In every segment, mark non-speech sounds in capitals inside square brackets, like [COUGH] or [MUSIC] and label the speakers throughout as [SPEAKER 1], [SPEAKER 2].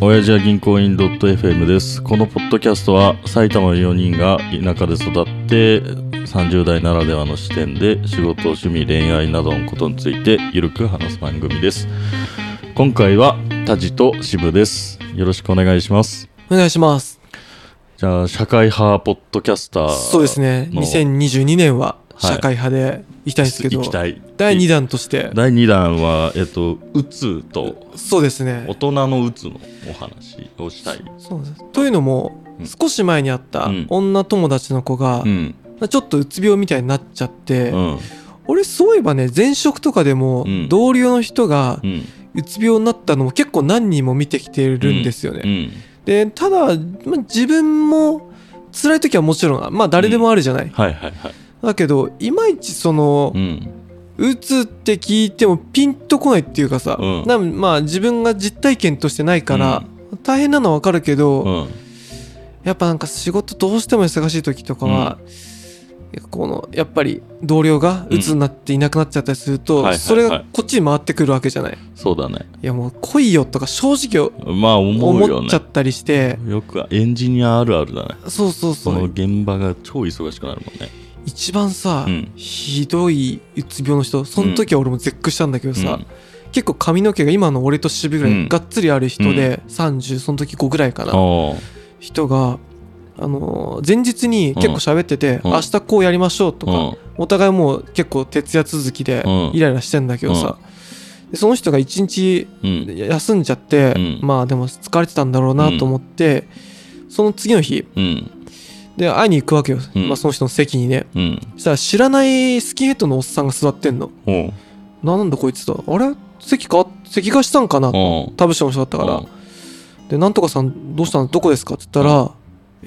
[SPEAKER 1] 親父は銀行員 .fm です。このポッドキャストは埼玉の4人が田舎で育って30代ならではの視点で仕事、趣味、恋愛などのことについてゆるく話す番組です。今回はタジと渋です。よろしくお願いします。
[SPEAKER 2] お願いします。
[SPEAKER 1] じゃあ、社会派ポッドキャスター。
[SPEAKER 2] そうですね。
[SPEAKER 1] の
[SPEAKER 2] 2022年
[SPEAKER 1] は
[SPEAKER 2] は
[SPEAKER 1] い
[SPEAKER 2] 社会派で行きたいんですけど、
[SPEAKER 1] 行きたい。
[SPEAKER 2] 第2弾として、
[SPEAKER 1] 第2弾は、えっと、うつと
[SPEAKER 2] そうですね
[SPEAKER 1] 大。人のうつのお話をしたい。
[SPEAKER 2] そうなんですというのも、
[SPEAKER 1] うん
[SPEAKER 2] 少し前にあった
[SPEAKER 1] うん
[SPEAKER 2] 女友達の子が、
[SPEAKER 1] うん。
[SPEAKER 2] ちょっとうつ病みたいになっちゃって、
[SPEAKER 1] うん。
[SPEAKER 2] 俺そういえばね前職とかでも
[SPEAKER 1] うん
[SPEAKER 2] 同僚の人が
[SPEAKER 1] うん。
[SPEAKER 2] うつ病になったのも結構何人も見てきてるんですよね。
[SPEAKER 1] うん。
[SPEAKER 2] でただ、まあ自分も辛い時はもちろんまあ誰でもあるじゃない、
[SPEAKER 1] はいはいはい。
[SPEAKER 2] だけどいまいちその、
[SPEAKER 1] うん。
[SPEAKER 2] うつって聞いてもピンとこないっていうかさ、
[SPEAKER 1] うん
[SPEAKER 2] なまあ自分が実体験としてないから、大変なのはわかるけど、
[SPEAKER 1] うん。
[SPEAKER 2] やっぱなんか仕事どうしても忙しい時とかは、このやっぱり同僚がうつになっていなくなっちゃったりする
[SPEAKER 1] う
[SPEAKER 2] と、
[SPEAKER 1] んはいはいはい
[SPEAKER 2] それがこっちに回ってくるわけじゃない。
[SPEAKER 1] そうだね。
[SPEAKER 2] いやもう来いよとか正直
[SPEAKER 1] まあ思うよ
[SPEAKER 2] 思っ
[SPEAKER 1] ね
[SPEAKER 2] ちゃ。ったりして、
[SPEAKER 1] よくエンジニアあるあるだね。
[SPEAKER 2] そうそ
[SPEAKER 1] そ
[SPEAKER 2] うそ
[SPEAKER 1] の
[SPEAKER 2] う
[SPEAKER 1] 現場が超忙しくなるもんね。
[SPEAKER 2] 一番さ、
[SPEAKER 1] うん
[SPEAKER 2] ひどいうつ病の人その時は俺も絶句したんだけどさ、
[SPEAKER 1] うん
[SPEAKER 2] 結構髪の毛が今の俺と渋ぐら
[SPEAKER 1] う
[SPEAKER 2] い
[SPEAKER 1] ん
[SPEAKER 2] がっつりある人で、30その時5ぐらいかな、
[SPEAKER 1] あ
[SPEAKER 2] 人が、あのー前日に結構喋ってて、
[SPEAKER 1] うん
[SPEAKER 2] 明日こうやりましょうと
[SPEAKER 1] あ。う
[SPEAKER 2] か、
[SPEAKER 1] ん。
[SPEAKER 2] お互いもう結構徹夜続きで
[SPEAKER 1] うん
[SPEAKER 2] イライラしてんだけどさ、でその人が1日
[SPEAKER 1] うん。
[SPEAKER 2] 休んじゃって、
[SPEAKER 1] うん
[SPEAKER 2] まあでも疲れてたんだろうなと思って、その次の日
[SPEAKER 1] うん。
[SPEAKER 2] で会いに行くわけよ、
[SPEAKER 1] うん
[SPEAKER 2] まあ、その人の席にね
[SPEAKER 1] うん。
[SPEAKER 2] そしたら知らないスキンヘッドのおっさんが座ってんの
[SPEAKER 1] うん。
[SPEAKER 2] なんだこいつとあれ席か席がしたんかな
[SPEAKER 1] うん。
[SPEAKER 2] タブシの人だったから、で、なんとかさん、どうしたのどこですかって言ったら、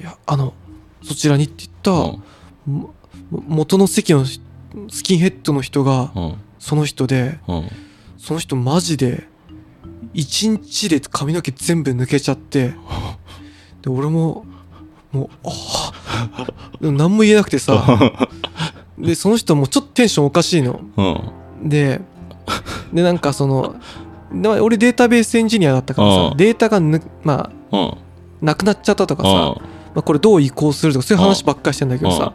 [SPEAKER 2] いや、あの、そちらにって言った、もも元の席のしスキンヘッドの人が、
[SPEAKER 1] うん。うん。
[SPEAKER 2] その人で、
[SPEAKER 1] うん。
[SPEAKER 2] その人マジで、一日で髪の毛全部抜けちゃって、で、俺も、もう、ああ、でも何も言えなくてさ、で、その人もちょっとテンションおかしいの。
[SPEAKER 1] うん。
[SPEAKER 2] で、で、なんかその、で俺データベースエンジニアだったから
[SPEAKER 1] う
[SPEAKER 2] さ、
[SPEAKER 1] ん
[SPEAKER 2] データがぬ、まあ、
[SPEAKER 1] うん。
[SPEAKER 2] なくなっちゃったとかさ、
[SPEAKER 1] うん。
[SPEAKER 2] まあ、これどう移行するとかそういう話ばっかりしてんだけどさ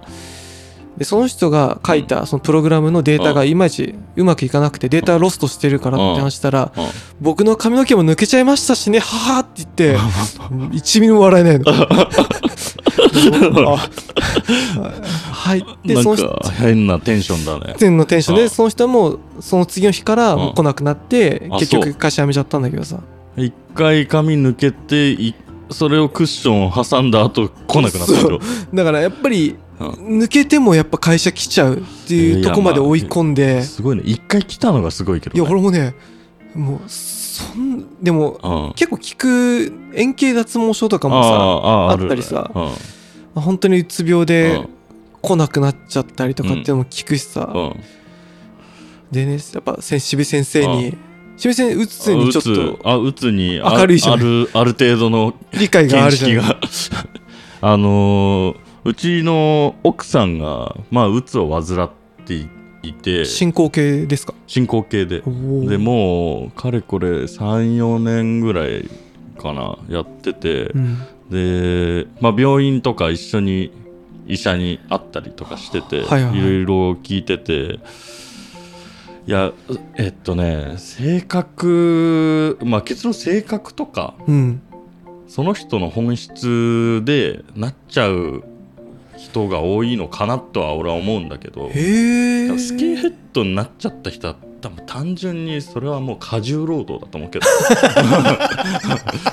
[SPEAKER 2] でその人が書いたそのプログラムのデータがいまいちうまくいかなくてデータロストしてるからって話したら
[SPEAKER 1] うん。
[SPEAKER 2] 僕の髪の毛も抜けちゃいましたしねははって言って1ミリ
[SPEAKER 1] [LAUGHS]
[SPEAKER 2] も笑えないの。あはいで
[SPEAKER 1] なん
[SPEAKER 2] その
[SPEAKER 1] か
[SPEAKER 2] 人
[SPEAKER 1] 変なテンションだね。
[SPEAKER 2] のテンション
[SPEAKER 1] うん
[SPEAKER 2] でその人はもうその次の日から
[SPEAKER 1] うん
[SPEAKER 2] もう来なくなって
[SPEAKER 1] あ
[SPEAKER 2] 結
[SPEAKER 1] そう
[SPEAKER 2] 局会社辞めちゃったんだけどさ
[SPEAKER 1] 一回髪抜けて、いそれをクッションを挟んだ後来なくなったけど。
[SPEAKER 2] だからやっぱり
[SPEAKER 1] うん
[SPEAKER 2] 抜けてもやっぱ会社来ちゃうって
[SPEAKER 1] い
[SPEAKER 2] いう
[SPEAKER 1] や
[SPEAKER 2] とこまで
[SPEAKER 1] まあ
[SPEAKER 2] 追い込んで。
[SPEAKER 1] すごいね。一回来たのがすごいけ
[SPEAKER 2] いや
[SPEAKER 1] どね。
[SPEAKER 2] 俺もねもうそんでも
[SPEAKER 1] うん。
[SPEAKER 2] 結構聞く円形脱毛症とかもさ
[SPEAKER 1] あーあー
[SPEAKER 2] あ
[SPEAKER 1] る
[SPEAKER 2] ったりさ
[SPEAKER 1] うん
[SPEAKER 2] まあ本当にうつ病
[SPEAKER 1] う
[SPEAKER 2] で
[SPEAKER 1] ん
[SPEAKER 2] 来なくなっちゃったりとかっていうのも聞くしさ、
[SPEAKER 1] うん
[SPEAKER 2] でねやっぱせ渋先生に渋先生うつにちょっ
[SPEAKER 1] うつ
[SPEAKER 2] と
[SPEAKER 1] あうつにあ
[SPEAKER 2] 明るいじゃん
[SPEAKER 1] ある [LAUGHS] ある程度の
[SPEAKER 2] 理解があ
[SPEAKER 1] 見
[SPEAKER 2] るじ
[SPEAKER 1] 識
[SPEAKER 2] ゃん
[SPEAKER 1] が [LAUGHS] あのーうちの奥さんがまあうつを患っていて
[SPEAKER 2] 進行形ですか
[SPEAKER 1] 進行形で
[SPEAKER 2] おー
[SPEAKER 1] でもうかれこれ34年ぐらいかなやってて
[SPEAKER 2] う、ん
[SPEAKER 1] で、まあ、病院とか一緒に医者に会ったりとかしてて、
[SPEAKER 2] はいはい
[SPEAKER 1] いろいろ聞いてていやうえっとね性格まあ結論性格とか
[SPEAKER 2] うん
[SPEAKER 1] その人の本質でなっちゃう人が多いのかなとは俺は思うんだけど
[SPEAKER 2] へえ
[SPEAKER 1] スキンヘッドになっちゃった人は多分単純にそれはもう過重労働だと思う
[SPEAKER 2] [LAUGHS]
[SPEAKER 1] けど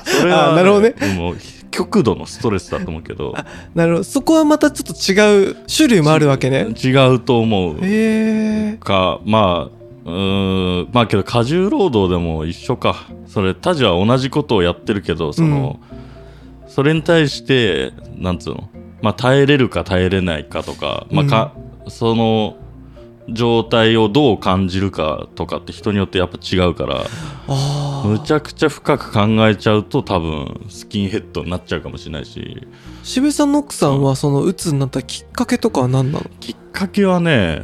[SPEAKER 1] それは、
[SPEAKER 2] あなるほどね
[SPEAKER 1] もう極度のストレスだと思うけど
[SPEAKER 2] なるほどそこはまたちょっと違う種類もあるわけね
[SPEAKER 1] 違うと思う
[SPEAKER 2] へえ
[SPEAKER 1] かまあうーんまあけど過重労働でも一緒かそれタジは同じことをやってるけどその、それに対してなんつうのまあ耐えれるか耐えれないかとか,、まあかその状態をどう感じるかとかって人によってやっぱ違うから
[SPEAKER 2] あ
[SPEAKER 1] む
[SPEAKER 2] あ
[SPEAKER 1] ちゃくちゃ深く考えちゃうと多分スキンヘッドになっちゃうかもしれないし
[SPEAKER 2] 渋井さんの奥さんはそのうつになったきっかけとかは何なの
[SPEAKER 1] きっかけはね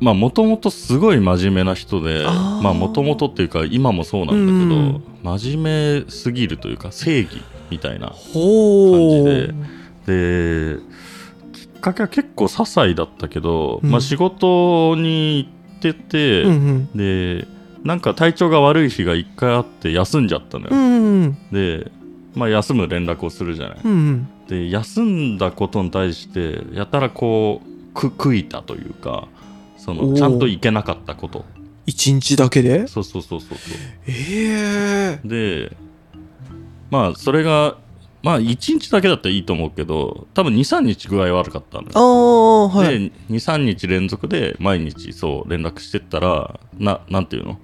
[SPEAKER 1] まあもともとすごい真面目な人で
[SPEAKER 2] あー
[SPEAKER 1] まあもともとっていうか今もそうなんだ
[SPEAKER 2] う
[SPEAKER 1] けど、真面目すぎるというか正義みたいな
[SPEAKER 2] ほ
[SPEAKER 1] 感
[SPEAKER 2] う
[SPEAKER 1] じできっかけは結構些細だったけど、
[SPEAKER 2] うん
[SPEAKER 1] まあ仕事に行ってて、
[SPEAKER 2] うんうん
[SPEAKER 1] でなんか体調が悪い日が1回あって休んじゃったの
[SPEAKER 2] う
[SPEAKER 1] よ、
[SPEAKER 2] んうん
[SPEAKER 1] で、まあ、休む連絡をするじゃない
[SPEAKER 2] うんうん
[SPEAKER 1] で休んだことに対してやたらこうく悔いたというかそ
[SPEAKER 2] お
[SPEAKER 1] の
[SPEAKER 2] ー
[SPEAKER 1] ちゃんと行けなかったこと
[SPEAKER 2] 一日だけで
[SPEAKER 1] そうそうそうそうそ
[SPEAKER 2] ええ
[SPEAKER 1] うでまあそれがまあ1日だけだったらいいと思うけど多分23日具合悪かったのよ
[SPEAKER 2] ああはい
[SPEAKER 1] で23日連続で毎日そう連絡してったらななんていうの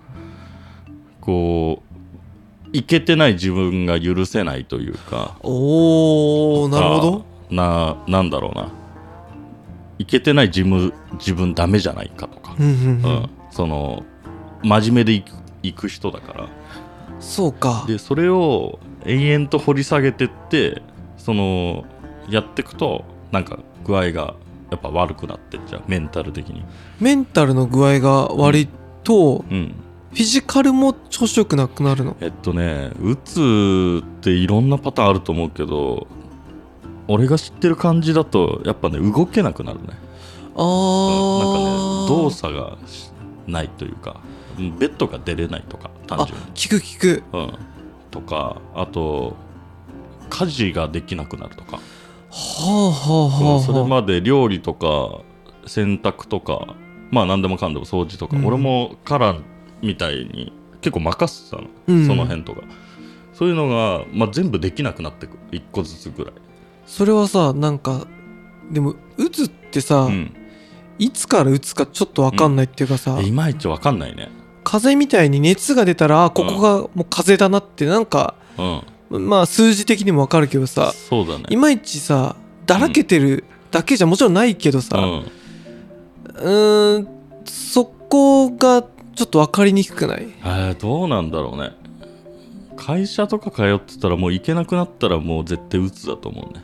[SPEAKER 1] こういけてない自分が許せないというか
[SPEAKER 2] おおなるほど
[SPEAKER 1] あななんだろうないけてない自分自分ダメじゃないかとか、
[SPEAKER 2] うんうん
[SPEAKER 1] う
[SPEAKER 2] うんん
[SPEAKER 1] その真面目でいくいく人だから
[SPEAKER 2] そうか
[SPEAKER 1] でそれを延々と掘り下げてってそのやっていくとなんか具合がやっぱ悪くなってっちゃうメンタル的に
[SPEAKER 2] メンタルの具合が悪いと
[SPEAKER 1] うん
[SPEAKER 2] フィジカルも調子よくなくなるの
[SPEAKER 1] えっとねうつっていろんなパターンあると思うけど俺が知ってる感じだとやっぱね動けなくなるねうんなんか
[SPEAKER 2] ああ
[SPEAKER 1] ね動作がしないというかうんベッドが出れないとか単
[SPEAKER 2] あ
[SPEAKER 1] 純に、
[SPEAKER 2] 聞く聞く
[SPEAKER 1] うん、とかあと家事ができなくなるとか、
[SPEAKER 2] はあはあはあ
[SPEAKER 1] うんそれ
[SPEAKER 2] はあ
[SPEAKER 1] まで料理とか洗濯とかまあ何でもかんでも掃除とか、
[SPEAKER 2] うん
[SPEAKER 1] 俺もカランみたいに結構任せてたの、
[SPEAKER 2] うん
[SPEAKER 1] その辺とかそういうのが、まあ、全部できなくなってく一個ずつぐらい、
[SPEAKER 2] それはさなんかでも打つってさ、
[SPEAKER 1] うん、
[SPEAKER 2] いつから打つかちょっと分かんないっていうかさ、
[SPEAKER 1] いまいちわかんないね
[SPEAKER 2] 風邪みたいに熱が出たらあここがもう風邪だなってなんか、
[SPEAKER 1] うん
[SPEAKER 2] まあ数字的にも分かるけどさ
[SPEAKER 1] そうだね
[SPEAKER 2] いまいちさだらけてるだけじゃもちろんないけどさ、
[SPEAKER 1] うん
[SPEAKER 2] うーんそこがちょっと分かりにくくない
[SPEAKER 1] えーどうなんだろうね会社とか通ってたらもう行けなくなったらもう絶対鬱だと思うね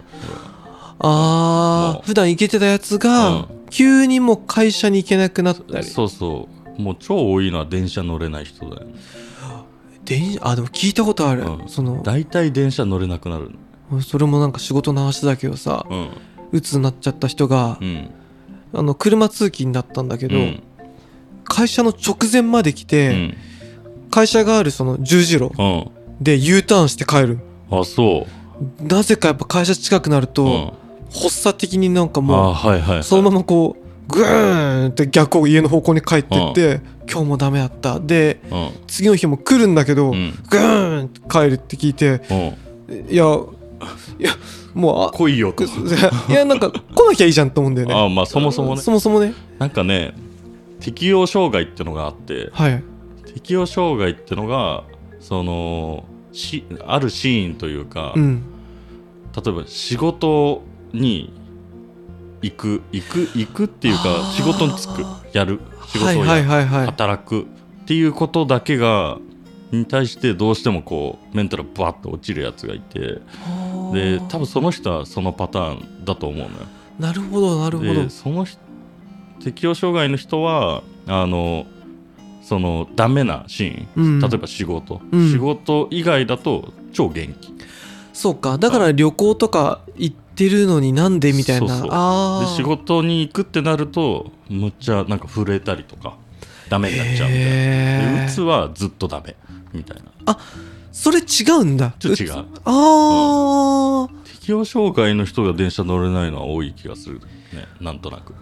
[SPEAKER 2] あ
[SPEAKER 1] も
[SPEAKER 2] ー普段行けてたやつ
[SPEAKER 1] う
[SPEAKER 2] が
[SPEAKER 1] ん
[SPEAKER 2] 急にもう会社に行けなくなったり
[SPEAKER 1] そうそうもう超多いのは電車乗れない人だよね
[SPEAKER 2] 電あでも聞いたことある、
[SPEAKER 1] うん
[SPEAKER 2] その
[SPEAKER 1] 大体電車乗れなくなる
[SPEAKER 2] それもなんか仕事の話だけどさ
[SPEAKER 1] うん
[SPEAKER 2] 鬱になっちゃった人が
[SPEAKER 1] う、ん
[SPEAKER 2] あの車通勤だったんだけ
[SPEAKER 1] う
[SPEAKER 2] ど、
[SPEAKER 1] ん
[SPEAKER 2] 会社の直前まで来
[SPEAKER 1] う
[SPEAKER 2] て、
[SPEAKER 1] ん
[SPEAKER 2] 会社があるその十字路
[SPEAKER 1] うん
[SPEAKER 2] で U ターンして帰る
[SPEAKER 1] あそう
[SPEAKER 2] なぜかやっぱ会社近くなる
[SPEAKER 1] う
[SPEAKER 2] と、
[SPEAKER 1] ん
[SPEAKER 2] 発作的になんか
[SPEAKER 1] あ
[SPEAKER 2] も
[SPEAKER 1] はいはいう
[SPEAKER 2] そのままこうグーンって逆を家の方向に帰ってって、今日もダメだったで
[SPEAKER 1] うん
[SPEAKER 2] 次の日も来るんだけど、
[SPEAKER 1] うん
[SPEAKER 2] グーンって帰るって聞いて
[SPEAKER 1] うん
[SPEAKER 2] いやいやもうあ
[SPEAKER 1] 来いよと
[SPEAKER 2] いやなんか来なきゃいいじゃんと思うんだよね
[SPEAKER 1] あまあそもそもね
[SPEAKER 2] そもそもね
[SPEAKER 1] なんかね適応障害ってのがあって
[SPEAKER 2] はい
[SPEAKER 1] 適応障害ってのがそのしあるシーンというか、
[SPEAKER 2] うん
[SPEAKER 1] 例えば仕事に行く行く行くっていうか
[SPEAKER 2] あー
[SPEAKER 1] 仕事に就くやる仕事を
[SPEAKER 2] は
[SPEAKER 1] や
[SPEAKER 2] い
[SPEAKER 1] る、
[SPEAKER 2] はいはいはい
[SPEAKER 1] 働くっていうことだけがに対してどうしてもこうメンタルバッと落ちるやつがいてで多分その人はそのパターンだと思うのよ。
[SPEAKER 2] なるほどなるほど
[SPEAKER 1] でその人適応障害の人はあのそのダメなシーン、
[SPEAKER 2] うん
[SPEAKER 1] 例えば仕事、
[SPEAKER 2] うん
[SPEAKER 1] 仕事以外だと超元気
[SPEAKER 2] そうかだから旅行とか行ってるのになんでみたいな
[SPEAKER 1] そうそう
[SPEAKER 2] あ
[SPEAKER 1] で
[SPEAKER 2] あ
[SPEAKER 1] 仕事に行くってなるとむっちゃなんか震えたりとかダメになっちゃうみたいなでう
[SPEAKER 2] へえ
[SPEAKER 1] つはずっとダメみたいな
[SPEAKER 2] それ違うんだ
[SPEAKER 1] ちょっと違う
[SPEAKER 2] ああー
[SPEAKER 1] 適応障害の人が電車乗れないのは多い気がするねなんとなく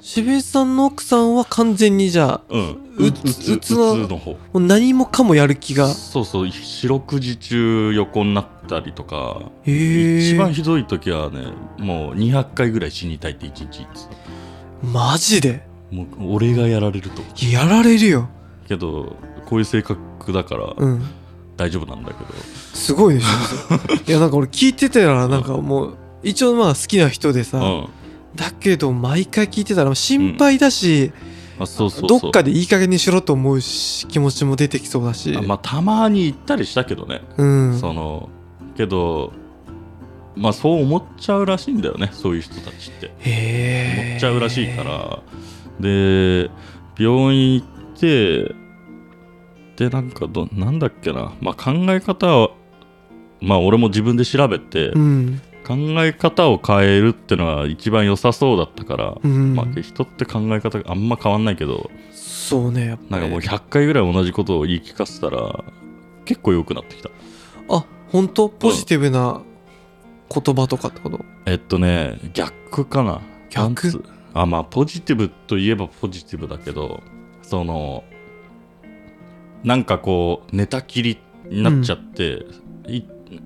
[SPEAKER 2] 渋井さんの奥さんは完全にじゃあ
[SPEAKER 1] うん
[SPEAKER 2] う
[SPEAKER 1] う
[SPEAKER 2] つ
[SPEAKER 1] つう
[SPEAKER 2] う
[SPEAKER 1] つ
[SPEAKER 2] つは
[SPEAKER 1] の方
[SPEAKER 2] もう何もかもやる気が
[SPEAKER 1] そうそう四六時中横になったりとか
[SPEAKER 2] へえ
[SPEAKER 1] 一番ひどい時はねもう200回ぐらい死にたいって一日言ってた
[SPEAKER 2] マジで
[SPEAKER 1] もう俺がやられると
[SPEAKER 2] いややられるよ
[SPEAKER 1] けどこういう性格だから
[SPEAKER 2] うん
[SPEAKER 1] 大丈夫なんだけど、
[SPEAKER 2] すごいでし
[SPEAKER 1] [LAUGHS]
[SPEAKER 2] ょいやなんか俺聞いてたらなんかもう一応まあ好きな人でさ、
[SPEAKER 1] うん
[SPEAKER 2] だけど毎回聞いてたら心配だし、
[SPEAKER 1] あそうそう
[SPEAKER 2] ど
[SPEAKER 1] そう
[SPEAKER 2] っかでいい加減にしろと思うし気持ちも出てきそうだし
[SPEAKER 1] あまあたまに行ったりしたけどね、
[SPEAKER 2] うん
[SPEAKER 1] そのけどまあそう思っちゃうらしいんだよねそういう人たちって
[SPEAKER 2] へえ
[SPEAKER 1] 思っちゃうらしいから、で病院行ってでなんかどなんだっけな、まあ、考え方はまあ俺も自分で調べて、
[SPEAKER 2] うん
[SPEAKER 1] 考え方を変えるってのは一番良さそうだったから、
[SPEAKER 2] うん、
[SPEAKER 1] まあ、人って考え方があんま変わんないけど
[SPEAKER 2] そうねやっぱ
[SPEAKER 1] なんか
[SPEAKER 2] り
[SPEAKER 1] もう100回ぐらい同じことを言い聞かせたら結構良くなってきた
[SPEAKER 2] あ本当ポジティブな言葉とかってこと、
[SPEAKER 1] えっとね逆かな
[SPEAKER 2] 逆
[SPEAKER 1] なんつあまあポジティブといえばポジティブだけどそのなんかこう寝たきりになっちゃって、い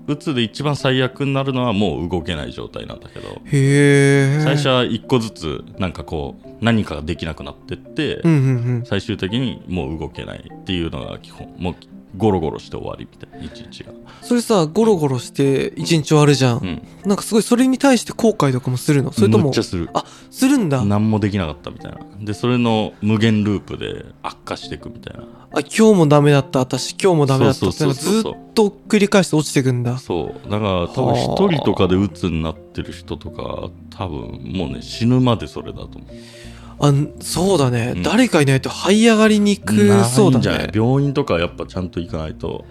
[SPEAKER 1] うつで一番最悪になるのはもう動けない状態なんだけど
[SPEAKER 2] へえ
[SPEAKER 1] 最初は一個ずつなんかこう何かができなくなってって、
[SPEAKER 2] うんうんうん
[SPEAKER 1] 最終的にもう動けないっていうのが基本もうゴロゴロして終わりみたいな一日が、
[SPEAKER 2] それさゴロゴロして一日終わるじゃん、
[SPEAKER 1] うん、
[SPEAKER 2] なんかすごいそれに対して後悔とかもするのそれと
[SPEAKER 1] むっ
[SPEAKER 2] も
[SPEAKER 1] ちゃする
[SPEAKER 2] するんだ
[SPEAKER 1] 何もできなかったみたいなでそれの無限ループで悪化していくみたいな
[SPEAKER 2] あ今日もダメだった私今日もダメだった
[SPEAKER 1] そう
[SPEAKER 2] って
[SPEAKER 1] そ
[SPEAKER 2] なん
[SPEAKER 1] う
[SPEAKER 2] か
[SPEAKER 1] そう
[SPEAKER 2] ず
[SPEAKER 1] そう
[SPEAKER 2] っと繰り返して落ちていくんだ
[SPEAKER 1] そうだから多分一人とかで鬱になってる人とか多分もうね死ぬまでそれだと思う
[SPEAKER 2] あそうだね、
[SPEAKER 1] うん
[SPEAKER 2] 誰かいないと這い上がりにくそ
[SPEAKER 1] な
[SPEAKER 2] う
[SPEAKER 1] い
[SPEAKER 2] だ
[SPEAKER 1] んじゃない
[SPEAKER 2] ね
[SPEAKER 1] 病院とかやっぱちゃんと行かないと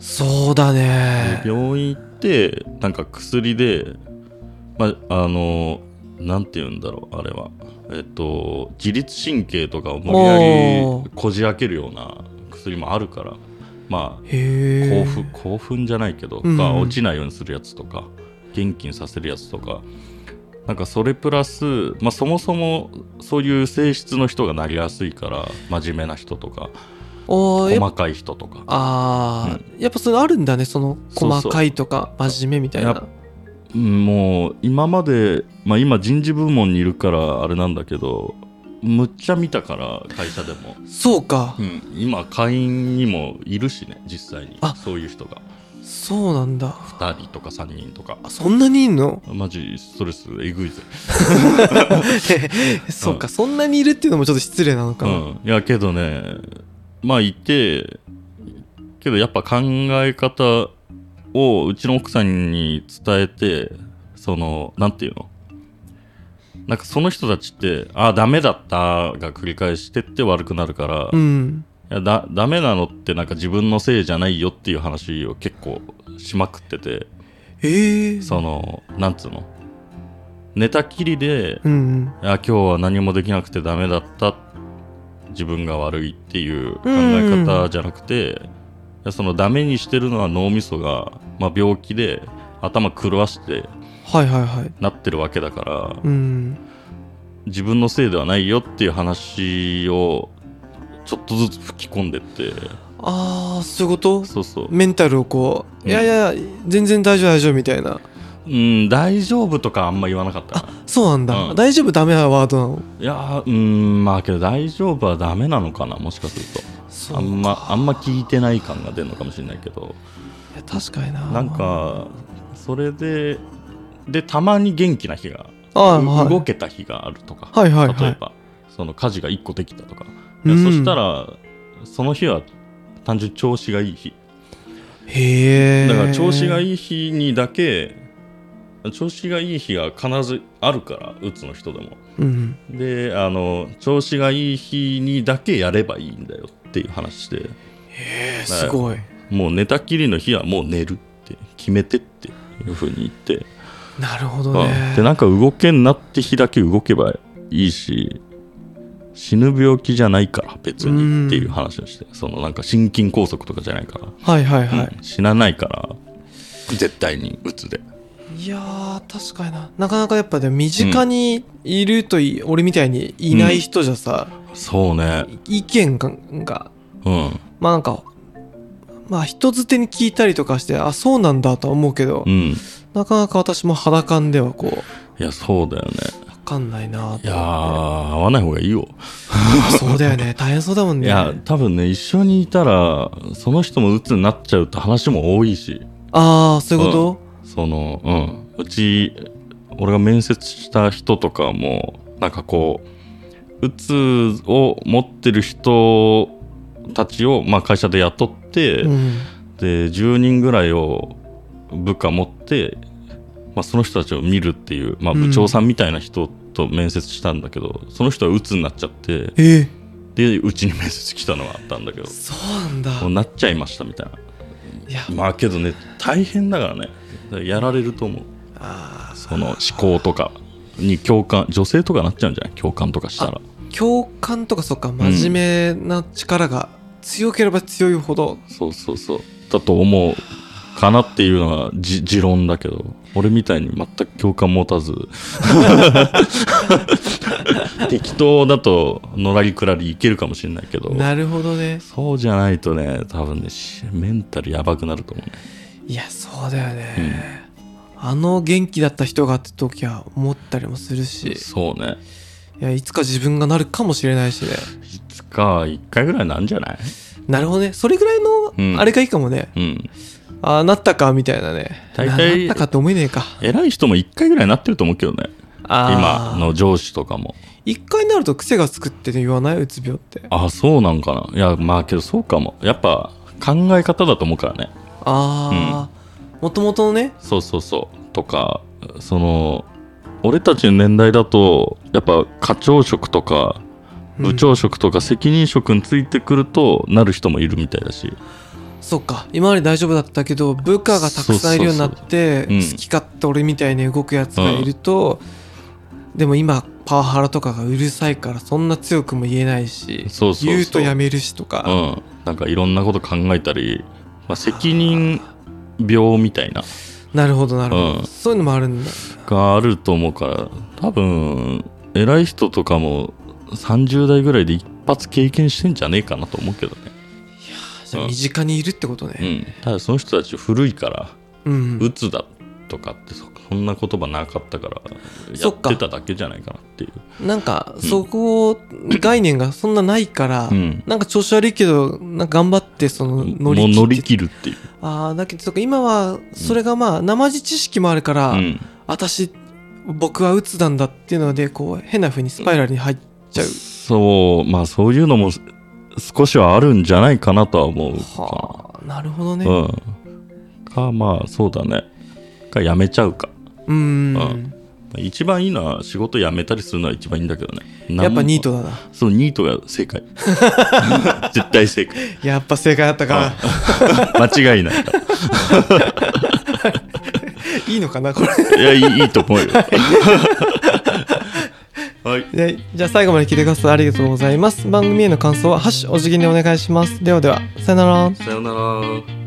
[SPEAKER 2] そうだね
[SPEAKER 1] で病院行ってなんか薬でまああのなんて言うんだろうあれはえっと自律神経とかを無理や
[SPEAKER 2] お
[SPEAKER 1] りこじ開けるような薬もあるからまあ
[SPEAKER 2] へえ
[SPEAKER 1] 興奮興奮じゃないけど、
[SPEAKER 2] うん
[SPEAKER 1] が落ちないようにするやつとか元気にさせるやつとかなんかそれプラス、まあ、そもそもそういう性質の人がなりやすいから真面目な人とか
[SPEAKER 2] おーやっぱ
[SPEAKER 1] 細かい人とか
[SPEAKER 2] あー、やっぱそれあるんだねその
[SPEAKER 1] そうそう
[SPEAKER 2] 細かいとか真面目みたいな
[SPEAKER 1] やっうんもう今まで、まあ、今人事部門にいるからあれなんだけどむっちゃ見たから会社でも、
[SPEAKER 2] そうか、
[SPEAKER 1] うん、今会員にもいるしね実際に
[SPEAKER 2] あ
[SPEAKER 1] そういう人が
[SPEAKER 2] そうなんだ
[SPEAKER 1] 2人とか3人とか
[SPEAKER 2] あそんなにいんの [LAUGHS]
[SPEAKER 1] マジストレスえぐいぜ、
[SPEAKER 2] そうか、そんなにいるっていうのもちょっと失礼なのか
[SPEAKER 1] う
[SPEAKER 2] な、
[SPEAKER 1] ん、いやけどねまあいてけどやっぱ考え方をうちの奥さんに伝えてそのなんていうのなんかその人たちってああダメだったが繰り返してって悪くなるから、
[SPEAKER 2] う
[SPEAKER 1] い
[SPEAKER 2] ん
[SPEAKER 1] やだダメなのってなんか自分のせいじゃないよっていう話を結構しまくってて
[SPEAKER 2] えー、
[SPEAKER 1] そのなんつうの寝たきりで
[SPEAKER 2] うんうん
[SPEAKER 1] いや今日は何もできなくてダメだった自分が悪いっていう考え方じゃなくて、いやそのダメにしてるのは脳みそが、まあ、病気で頭狂わして
[SPEAKER 2] はいはいはい
[SPEAKER 1] なってるわけだから
[SPEAKER 2] うん
[SPEAKER 1] 自分のせいではないよっていう話をちょっとずつ吹き込んでって
[SPEAKER 2] ああそういうこと
[SPEAKER 1] そうそう、
[SPEAKER 2] メンタルをこう、
[SPEAKER 1] うん
[SPEAKER 2] いやいや全然大丈夫大丈夫みたいな
[SPEAKER 1] うん、大丈夫とかあんま言わなかったな
[SPEAKER 2] そうなんだ、
[SPEAKER 1] うん
[SPEAKER 2] 大丈夫ダメなワードなの
[SPEAKER 1] いやーうんまあけど大丈夫はダメなのかなもしかする
[SPEAKER 2] そ
[SPEAKER 1] とあんまあんま聞いてない感が出るのかもしれないけど
[SPEAKER 2] いや確かにな
[SPEAKER 1] なんかそれででたまに元気な日が
[SPEAKER 2] ああは
[SPEAKER 1] う
[SPEAKER 2] い
[SPEAKER 1] 動けた日があるとか、
[SPEAKER 2] はいはいはい
[SPEAKER 1] 例えばその家事が1個できたとか、
[SPEAKER 2] う
[SPEAKER 1] いや
[SPEAKER 2] ん
[SPEAKER 1] そしたらその日は単純に調子がいい日
[SPEAKER 2] へえ
[SPEAKER 1] だから調子が
[SPEAKER 2] い
[SPEAKER 1] いい日にだけ調子がいい日が必ずあるからうつの人でも
[SPEAKER 2] うん
[SPEAKER 1] であの調子がいい日にだけやればいいんだよっていう話で
[SPEAKER 2] えーすごい
[SPEAKER 1] もう寝たきりの日はもう寝るって決めてっていうふうに言って
[SPEAKER 2] なるほど
[SPEAKER 1] うんで
[SPEAKER 2] ね
[SPEAKER 1] なんか動けんなって日だけ動けばいいし死ぬ病気じゃないから別
[SPEAKER 2] うん
[SPEAKER 1] にっていう話をしてそのなんか心筋梗塞とかじゃないから、
[SPEAKER 2] はいはいはい、
[SPEAKER 1] うん死なないから絶対にうつで
[SPEAKER 2] いやー確かにななかなかやっぱでも身近にいるとい、俺みたいにいない人じゃさ、
[SPEAKER 1] そうね
[SPEAKER 2] 意見がが
[SPEAKER 1] うん
[SPEAKER 2] まあなんかまあ人づてに聞いたりとかしてあそうなんだとは思うけど、
[SPEAKER 1] うんい
[SPEAKER 2] なかなか私も肌感ではこう
[SPEAKER 1] やそうだよね
[SPEAKER 2] 分かんないなと思って
[SPEAKER 1] いやー会わない方がいいよ
[SPEAKER 2] そうだよね大変そうだもん
[SPEAKER 1] い
[SPEAKER 2] ね
[SPEAKER 1] や多分ね一緒にいたらその人もうつになっちゃうって話も多いし
[SPEAKER 2] ああそういうこと、
[SPEAKER 1] そのうんうち俺が面接した人とかもなんかこううつを持ってる人たちを、まあ、会社で雇って、
[SPEAKER 2] うん
[SPEAKER 1] で10人ぐらいを部下持って、まあ、その人たちを見るっていう、まあ、
[SPEAKER 2] うん
[SPEAKER 1] 部長さんみたいな人と面接したんだけど、その人はうつになっちゃって
[SPEAKER 2] えー
[SPEAKER 1] でうちに面接来たのはあったんだけど
[SPEAKER 2] そうなんだ
[SPEAKER 1] もうなっちゃいましたみたいない
[SPEAKER 2] や
[SPEAKER 1] まあけどね大変だからねだからやられると思う
[SPEAKER 2] あー
[SPEAKER 1] その思考とかに共感女性とかなっちゃうんじゃない共感とかしたら
[SPEAKER 2] 共感とかそうか真面目な力が強ければ強いほど、
[SPEAKER 1] そうそうそうだと思うかなっていうのはじ持論だけど俺みたいに全く共感持 [LAUGHS] たず適当だとのらりくらりいけるかもしれないけど
[SPEAKER 2] なるほどね
[SPEAKER 1] そうじゃないとね多分ねしメンタルやばくなると思うね
[SPEAKER 2] いやそうだよね、あの元気だった人がって時は思ったりもするしい
[SPEAKER 1] そうね
[SPEAKER 2] やいつか自分がなるかもしれないしね
[SPEAKER 1] いつか1回ぐらいなんじゃない
[SPEAKER 2] なるほどねそれぐらい
[SPEAKER 1] うん
[SPEAKER 2] のあれがいいかもね、
[SPEAKER 1] うん
[SPEAKER 2] ああなったかみたいなね
[SPEAKER 1] 大
[SPEAKER 2] な
[SPEAKER 1] 体
[SPEAKER 2] なったかって思えねえか
[SPEAKER 1] 偉い人も1回ぐらいなってると思うけどね
[SPEAKER 2] あー
[SPEAKER 1] 今の上司とかも
[SPEAKER 2] 一回になると癖がつくって言わないうつ病って
[SPEAKER 1] あそうなんかないやまあけどそうかもやっぱ考え方だと思うからね
[SPEAKER 2] ああもともとのね
[SPEAKER 1] そうそうそうとかその俺たちの年代だとやっぱ課長職とか
[SPEAKER 2] うん
[SPEAKER 1] 部長職とか責任職についてくるとなる人もいるみたいだし、
[SPEAKER 2] そっか今まで大丈夫だったけど部下がたくさんいるようになって
[SPEAKER 1] そうそううん
[SPEAKER 2] 好き勝手俺みたいに動くやつがいると、でも今パワハラとかがうるさいからそんな強くも言えないし
[SPEAKER 1] そうそうそう
[SPEAKER 2] 言うとやめるしとか、
[SPEAKER 1] うん、なんかいろんなこと考えたり、まあ、責任病みたいな
[SPEAKER 2] なるほどなるほど、
[SPEAKER 1] うん
[SPEAKER 2] そういうのもあるんだ
[SPEAKER 1] があると思うから多分偉い人とかも30代ぐらいで一発経験してんじゃねえかなと思うけどね、
[SPEAKER 2] じゃ
[SPEAKER 1] う
[SPEAKER 2] あ
[SPEAKER 1] ん
[SPEAKER 2] 身近にいるってこと
[SPEAKER 1] う
[SPEAKER 2] ね
[SPEAKER 1] ん、ただその人たち古いから
[SPEAKER 2] うん、
[SPEAKER 1] うつだとかってそそんな言葉なかったからや
[SPEAKER 2] そ
[SPEAKER 1] っ
[SPEAKER 2] っか
[SPEAKER 1] てただけじゃないかなっていう
[SPEAKER 2] なんかそこ、概念がそんなないから、
[SPEAKER 1] うん
[SPEAKER 2] なんか調子悪いけどなんか頑張ってその
[SPEAKER 1] もう
[SPEAKER 2] 乗り切って
[SPEAKER 1] 乗り切るっていう、
[SPEAKER 2] ああだけどそっか今はそれがまあ生地知識もあるから、
[SPEAKER 1] うん、
[SPEAKER 2] 私僕は鬱なんだっていうのでこう変な風にスパイラルに入っちゃう、
[SPEAKER 1] そうまあそういうのも少しはあるんじゃないかなとは思うかな
[SPEAKER 2] はあなるほどねう
[SPEAKER 1] うん。か、まあ、そうだね。か、辞めちゃうか。
[SPEAKER 2] ーん
[SPEAKER 1] うん一番いいのは、仕事辞めたりするのは一番いいんだけどね。
[SPEAKER 2] やっぱニー
[SPEAKER 1] ト。
[SPEAKER 2] トだな
[SPEAKER 1] そう、ニートが正
[SPEAKER 2] [LAUGHS]
[SPEAKER 1] 解。絶対正解。
[SPEAKER 2] やっぱ正解だったか
[SPEAKER 1] 間違いない。
[SPEAKER 2] いいのかなこれ
[SPEAKER 1] いや、いいいいと思うよ。はい。
[SPEAKER 2] でじゃあ最後まで聞いてくださいありがとうございます番組への感想は「ハッシュお辞儀」にお願いしますではではさよなら
[SPEAKER 1] さようなら。